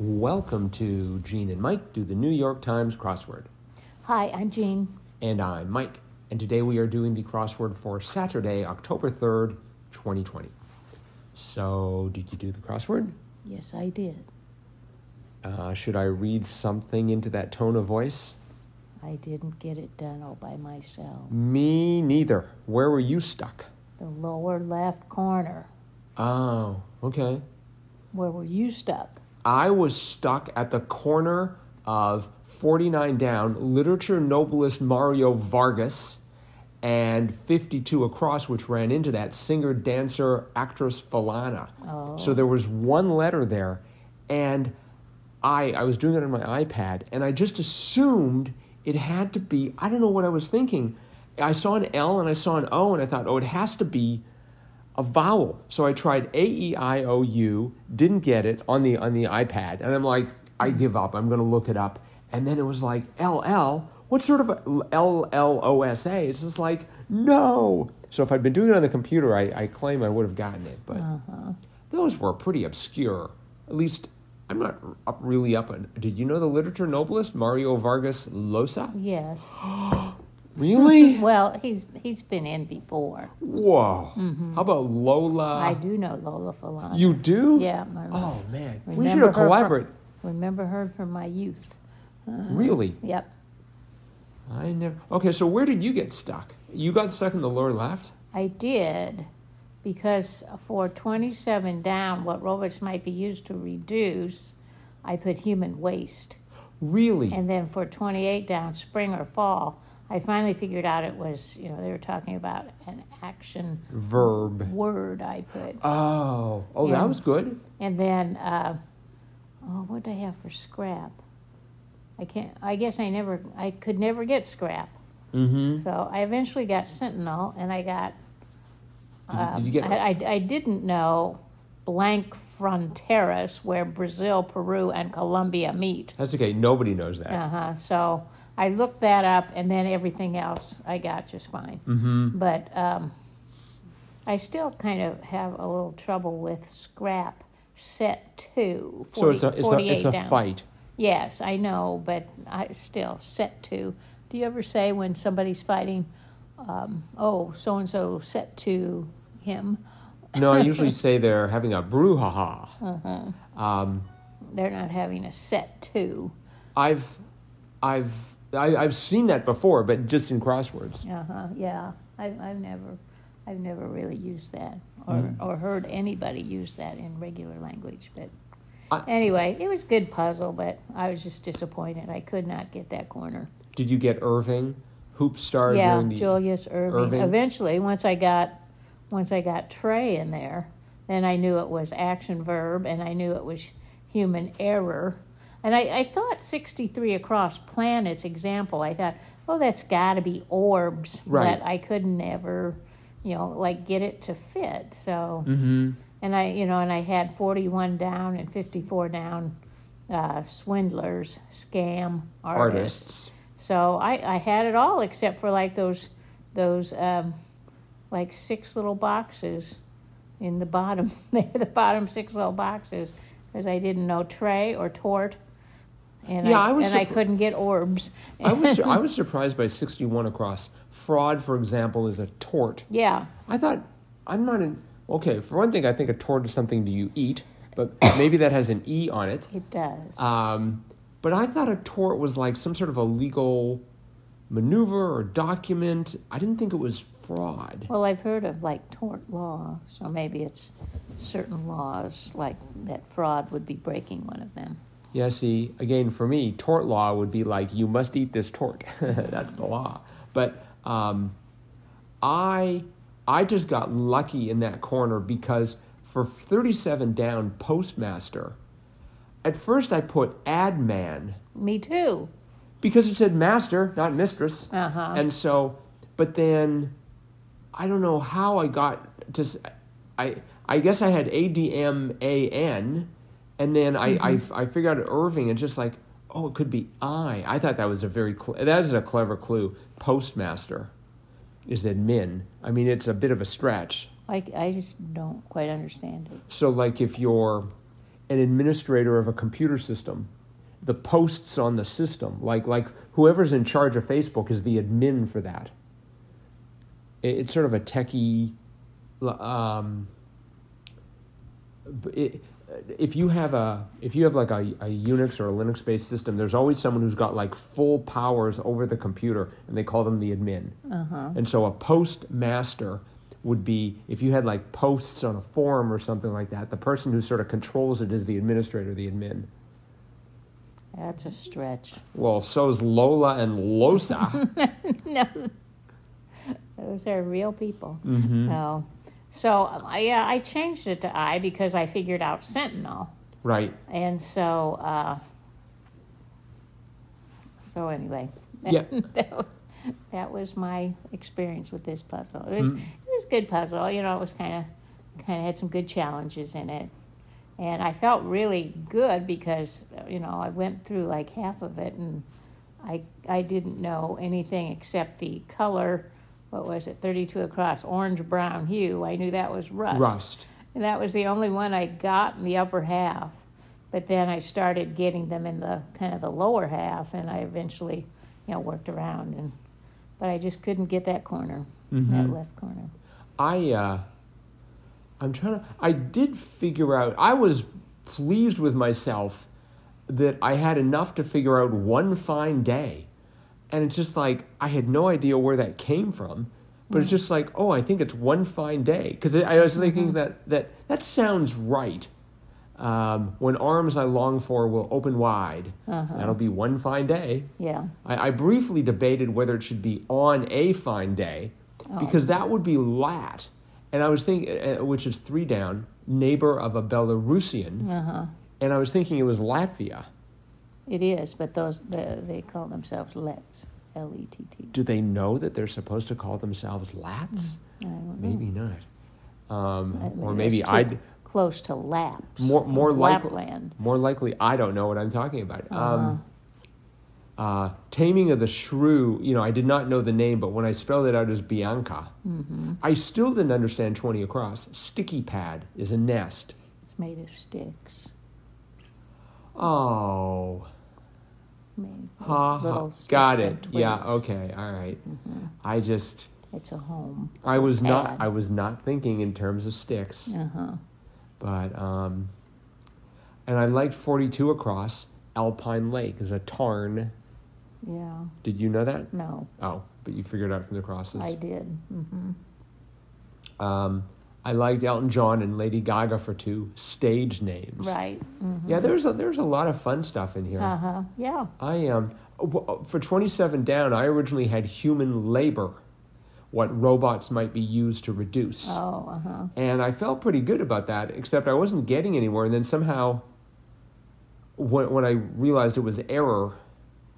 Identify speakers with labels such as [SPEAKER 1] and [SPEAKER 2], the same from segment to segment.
[SPEAKER 1] Welcome to Gene and Mike do the New York Times crossword.
[SPEAKER 2] Hi, I'm Jean.
[SPEAKER 1] And I'm Mike. And today we are doing the crossword for Saturday, October 3rd, 2020. So, did you do the crossword?
[SPEAKER 2] Yes, I did.
[SPEAKER 1] Uh, should I read something into that tone of voice?
[SPEAKER 2] I didn't get it done all by myself.
[SPEAKER 1] Me neither. Where were you stuck?
[SPEAKER 2] The lower left corner.
[SPEAKER 1] Oh, okay.
[SPEAKER 2] Where were you stuck?
[SPEAKER 1] I was stuck at the corner of 49 down, literature noblest Mario Vargas, and 52 across, which ran into that singer, dancer, actress Falana.
[SPEAKER 2] Oh.
[SPEAKER 1] So there was one letter there, and I, I was doing it on my iPad, and I just assumed it had to be, I don't know what I was thinking. I saw an L and I saw an O, and I thought, oh, it has to be a vowel. So I tried A E I O U, didn't get it on the on the iPad, and I'm like, I give up. I'm going to look it up. And then it was like L L. What sort of L L O S A? It's just like no. So if I'd been doing it on the computer, I, I claim I would have gotten it. But
[SPEAKER 2] Uh-huh.
[SPEAKER 1] those were pretty obscure. At least I'm not up, really up on. Did you know the literature noblest Mario Vargas Llosa?
[SPEAKER 2] Yes.
[SPEAKER 1] Really?
[SPEAKER 2] Well, he's he's been in before.
[SPEAKER 1] Whoa. How about Lola?
[SPEAKER 2] Mm-hmm. I do know Lola Falana.
[SPEAKER 1] You do?
[SPEAKER 2] Yeah. I
[SPEAKER 1] Oh man,
[SPEAKER 2] remember
[SPEAKER 1] we should have
[SPEAKER 2] her from-
[SPEAKER 1] collaborated.
[SPEAKER 2] remember her from my youth. Uh-huh.
[SPEAKER 1] Really?
[SPEAKER 2] Yep.
[SPEAKER 1] I never. Okay, so where did you get stuck? You got stuck in the lower left.
[SPEAKER 2] I did because for 27 down, what robots might be used to reduce, I put human waste.
[SPEAKER 1] Really?
[SPEAKER 2] And then for 28 down, spring or fall, I finally figured out it was, you know, they were talking about an action
[SPEAKER 1] Verb.
[SPEAKER 2] word I put.
[SPEAKER 1] Oh, oh,
[SPEAKER 2] Yeah.
[SPEAKER 1] that was good.
[SPEAKER 2] And then, uh, oh, what did I have for scrap? I can't, I guess I never, I could never get scrap.
[SPEAKER 1] Mm-hmm.
[SPEAKER 2] So I eventually got Sentinel and I got, um,
[SPEAKER 1] Did, you- did you get?
[SPEAKER 2] I, I, I didn't know blank fronteras where Brazil, Peru, and Colombia meet.
[SPEAKER 1] that's okay. Nobody knows that.
[SPEAKER 2] Uh huh. So I looked that up, and then everything else I got just fine. Mm-hmm. But um, I still kind of have a little trouble with scrap set two. 40,
[SPEAKER 1] so it's a it's a
[SPEAKER 2] 48
[SPEAKER 1] it's a
[SPEAKER 2] down.
[SPEAKER 1] fight.
[SPEAKER 2] Yes, I know, but I still set two. Do you ever say when somebody's fighting, um, "Oh, so and so set to him"?
[SPEAKER 1] No, I usually say they're having a brouhaha.
[SPEAKER 2] Uh-huh.
[SPEAKER 1] Um,
[SPEAKER 2] They're not having a set two.
[SPEAKER 1] I've, I've, I, I've seen that before, but just in crosswords.
[SPEAKER 2] Uh huh. Yeah, I've I've never, I've never really used that or or heard anybody use that in regular language. But
[SPEAKER 1] I-
[SPEAKER 2] anyway, it was good puzzle, but I was just disappointed. I could not get that corner.
[SPEAKER 1] Did you get Irving, hoop star
[SPEAKER 2] yeah,
[SPEAKER 1] during the?
[SPEAKER 2] Julius Irving.
[SPEAKER 1] Irving?
[SPEAKER 2] Eventually, once I got, once I got Trey in there, then I knew it was action verb, and I knew it was human error. And I, I thought 63 across planets example, I thought, oh, that's got to be orbs.
[SPEAKER 1] Right.
[SPEAKER 2] But I could never, you know, like get it to fit. So,
[SPEAKER 1] Mhm.
[SPEAKER 2] and I, you know, and I had 41 down and 54 down uh, swindlers, scam, artists.
[SPEAKER 1] artists.
[SPEAKER 2] So I, I had it all except for like those those um, like six little boxes in the bottom there, the bottom six little boxes because I didn't know tray or tort, and
[SPEAKER 1] Yeah,
[SPEAKER 2] I,
[SPEAKER 1] I was
[SPEAKER 2] and I
[SPEAKER 1] surpri-
[SPEAKER 2] couldn't get orbs.
[SPEAKER 1] I was sur- I was surprised by 61 across. Fraud, for example, is a tort.
[SPEAKER 2] yeah,
[SPEAKER 1] I thought I'm not an okay. For one thing, I think a tort is something that you eat, but maybe that has an e on it.
[SPEAKER 2] it does.
[SPEAKER 1] Um, but I thought a tort was like some sort of a legal maneuver or document. I didn't think it was fraud.
[SPEAKER 2] well, I've heard of like tort law, so maybe it's certain laws like that fraud would be breaking one of them.
[SPEAKER 1] Yeah, see, again, for me, tort law would be like you must eat this tort. That's the law. But um, I I just got lucky in that corner because for 37 down postmaster, at first I put ad man
[SPEAKER 2] Me too.
[SPEAKER 1] because it said master, not mistress.
[SPEAKER 2] Uh huh.
[SPEAKER 1] And so, but then I don't know how I got to. s- I I guess I had ADMAN, and then I I f I I, figured out Irving, and just like oh, it could be I. I thought that was a very cl- that is a clever clue. Postmaster is admin. I mean, it's a bit of a stretch.
[SPEAKER 2] I I just don't quite understand it.
[SPEAKER 1] So like if you're an administrator of a computer system, the posts on the system, like like whoever's in charge of Facebook is the admin for that. It- it's sort of a techie. Um, b- it, if you have a if you have like a, a Unix or a Linux based system, there's always someone who's got like full powers over the computer, and they call them the admin. And so a postmaster would be if you had like posts on a forum or something like that. The person who sort of controls it is the administrator, the admin.
[SPEAKER 2] That's a stretch.
[SPEAKER 1] Well, so's Lola and Losa.
[SPEAKER 2] no, those are real people. No. So I- yeah, I changed it to I because I figured out Sentinel,
[SPEAKER 1] right.
[SPEAKER 2] and so uh, so anyway,
[SPEAKER 1] Yeah.
[SPEAKER 2] that, was, that was my experience with this puzzle. It was it was a good puzzle. You know, it was kind of kind of had some good challenges in it, and I felt really good because you know I went through like half of it and I I didn't know anything except the color. What was it? Thirty two across, orange brown hue. I knew that was
[SPEAKER 1] Rust.
[SPEAKER 2] and that was the only one I got in the upper half. But then I started getting them in the kind of the lower half, and I eventually, you know, worked around. And but I just couldn't get that corner,
[SPEAKER 1] Mm-hmm.
[SPEAKER 2] that left corner.
[SPEAKER 1] I uh I'm trying to I did figure out I was pleased with myself that I had enough to figure out one fine day. And it's just like I had no idea where that came from. But it's just like, oh, I think it's one fine day because I was thinking that that that sounds right. Um, when arms I long for will open wide, that'll be one fine day.
[SPEAKER 2] Yeah,
[SPEAKER 1] I, I briefly debated whether it should be on a fine day because that would be lat. And I was thinking, uh, which is three down, neighbor of a Belarusian. And I was thinking it was Latvia.
[SPEAKER 2] it is. But those the, they call themselves Lets, L E T T.
[SPEAKER 1] Do they know that they're supposed to call themselves Lats?
[SPEAKER 2] I don't know.
[SPEAKER 1] Maybe not. Um,
[SPEAKER 2] I mean,
[SPEAKER 1] or
[SPEAKER 2] it's
[SPEAKER 1] maybe
[SPEAKER 2] too
[SPEAKER 1] I'd
[SPEAKER 2] close to Laps.
[SPEAKER 1] more more likely
[SPEAKER 2] Lapland.
[SPEAKER 1] more likely I don't know what I'm talking about.
[SPEAKER 2] Uh-huh.
[SPEAKER 1] Um, uh, Taming of the Shrew. You know, I did not know the name, but when I spelled it out as Bianca,
[SPEAKER 2] Mm-hmm.
[SPEAKER 1] I still didn't understand twenty across. Sticky pad is a nest.
[SPEAKER 2] It's made of sticks.
[SPEAKER 1] Oh,
[SPEAKER 2] Made of
[SPEAKER 1] ha, ha.
[SPEAKER 2] little sticks
[SPEAKER 1] got
[SPEAKER 2] and
[SPEAKER 1] it. Yeah.
[SPEAKER 2] twigs.
[SPEAKER 1] Okay. All right. I just
[SPEAKER 2] It's a home.
[SPEAKER 1] I was not
[SPEAKER 2] pad.
[SPEAKER 1] I was not thinking in terms of sticks.
[SPEAKER 2] Uh huh.
[SPEAKER 1] but um, and I liked 42 across Alpine Lake is a tarn.
[SPEAKER 2] Yeah.
[SPEAKER 1] Did you know that?
[SPEAKER 2] No,
[SPEAKER 1] Oh, but you figured out from the crosses.
[SPEAKER 2] I did.
[SPEAKER 1] um, I liked Elton John and Lady Gaga for two stage names.
[SPEAKER 2] Right.
[SPEAKER 1] Yeah, there's a, there's a lot of fun stuff in here.
[SPEAKER 2] Uh huh. Yeah.
[SPEAKER 1] I am um, for 27 down. I originally had human labor, what robots might be used to reduce.
[SPEAKER 2] Oh, uh huh.
[SPEAKER 1] and I felt pretty good about that, except I wasn't getting anywhere. And then somehow, when, when I realized it was error,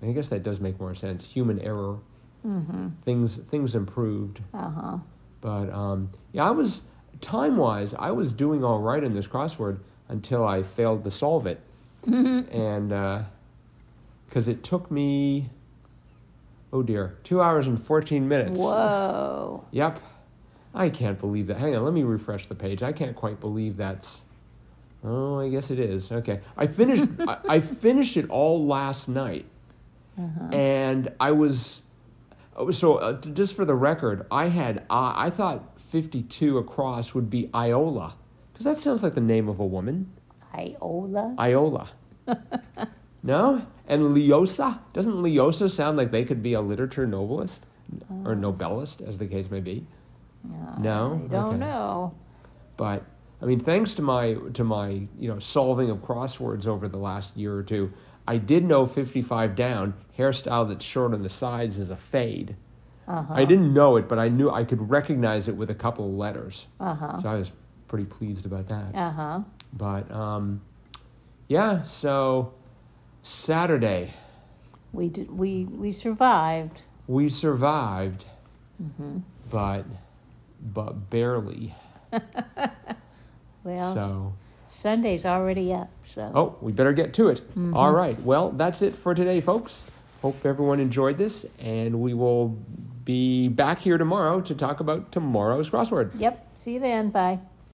[SPEAKER 1] and I guess that does make more sense human error,
[SPEAKER 2] Mm-hmm.
[SPEAKER 1] things, things improved.
[SPEAKER 2] Uh huh.
[SPEAKER 1] But um, yeah, I was, time wise, I was doing all right in this crossword until I failed to solve it. and because it took me, oh dear, two hours and 14 minutes.
[SPEAKER 2] Whoa.
[SPEAKER 1] Yep. I can't believe that. Hang on, let me refresh the page. I can't quite believe that's. Oh, I guess it is. Okay. I finished I, I finished it all last night. And I was oh, so uh, t- just for the record, I had uh, I I thought 52 across would be Iola cuz that sounds like the name of a woman.
[SPEAKER 2] Iola.
[SPEAKER 1] Iola. no? And Leosa? Doesn't Leosa sound like they could be a literature novelist or nobelist as the case may be? No?
[SPEAKER 2] Oh. I don't
[SPEAKER 1] Okay.
[SPEAKER 2] know.
[SPEAKER 1] but I mean, thanks to my to my you know solving of crosswords over the last year or two, I did know fifty-five down hairstyle that's short on the sides is a fade.
[SPEAKER 2] Uh-huh.
[SPEAKER 1] I didn't know it, but I knew I could recognize it with a couple of letters.
[SPEAKER 2] Uh-huh,
[SPEAKER 1] So I was pretty pleased about that.
[SPEAKER 2] Uh huh.
[SPEAKER 1] But um, yeah, so Saturday
[SPEAKER 2] We did. We we survived.
[SPEAKER 1] we survived, but but barely.
[SPEAKER 2] Well,
[SPEAKER 1] So.
[SPEAKER 2] Sunday's already up. So.
[SPEAKER 1] Oh, we better get to it. All right. Well, that's it for today, folks. Hope everyone enjoyed this, and we will be back here tomorrow to talk about tomorrow's crossword.
[SPEAKER 2] Yep. See you then. Bye.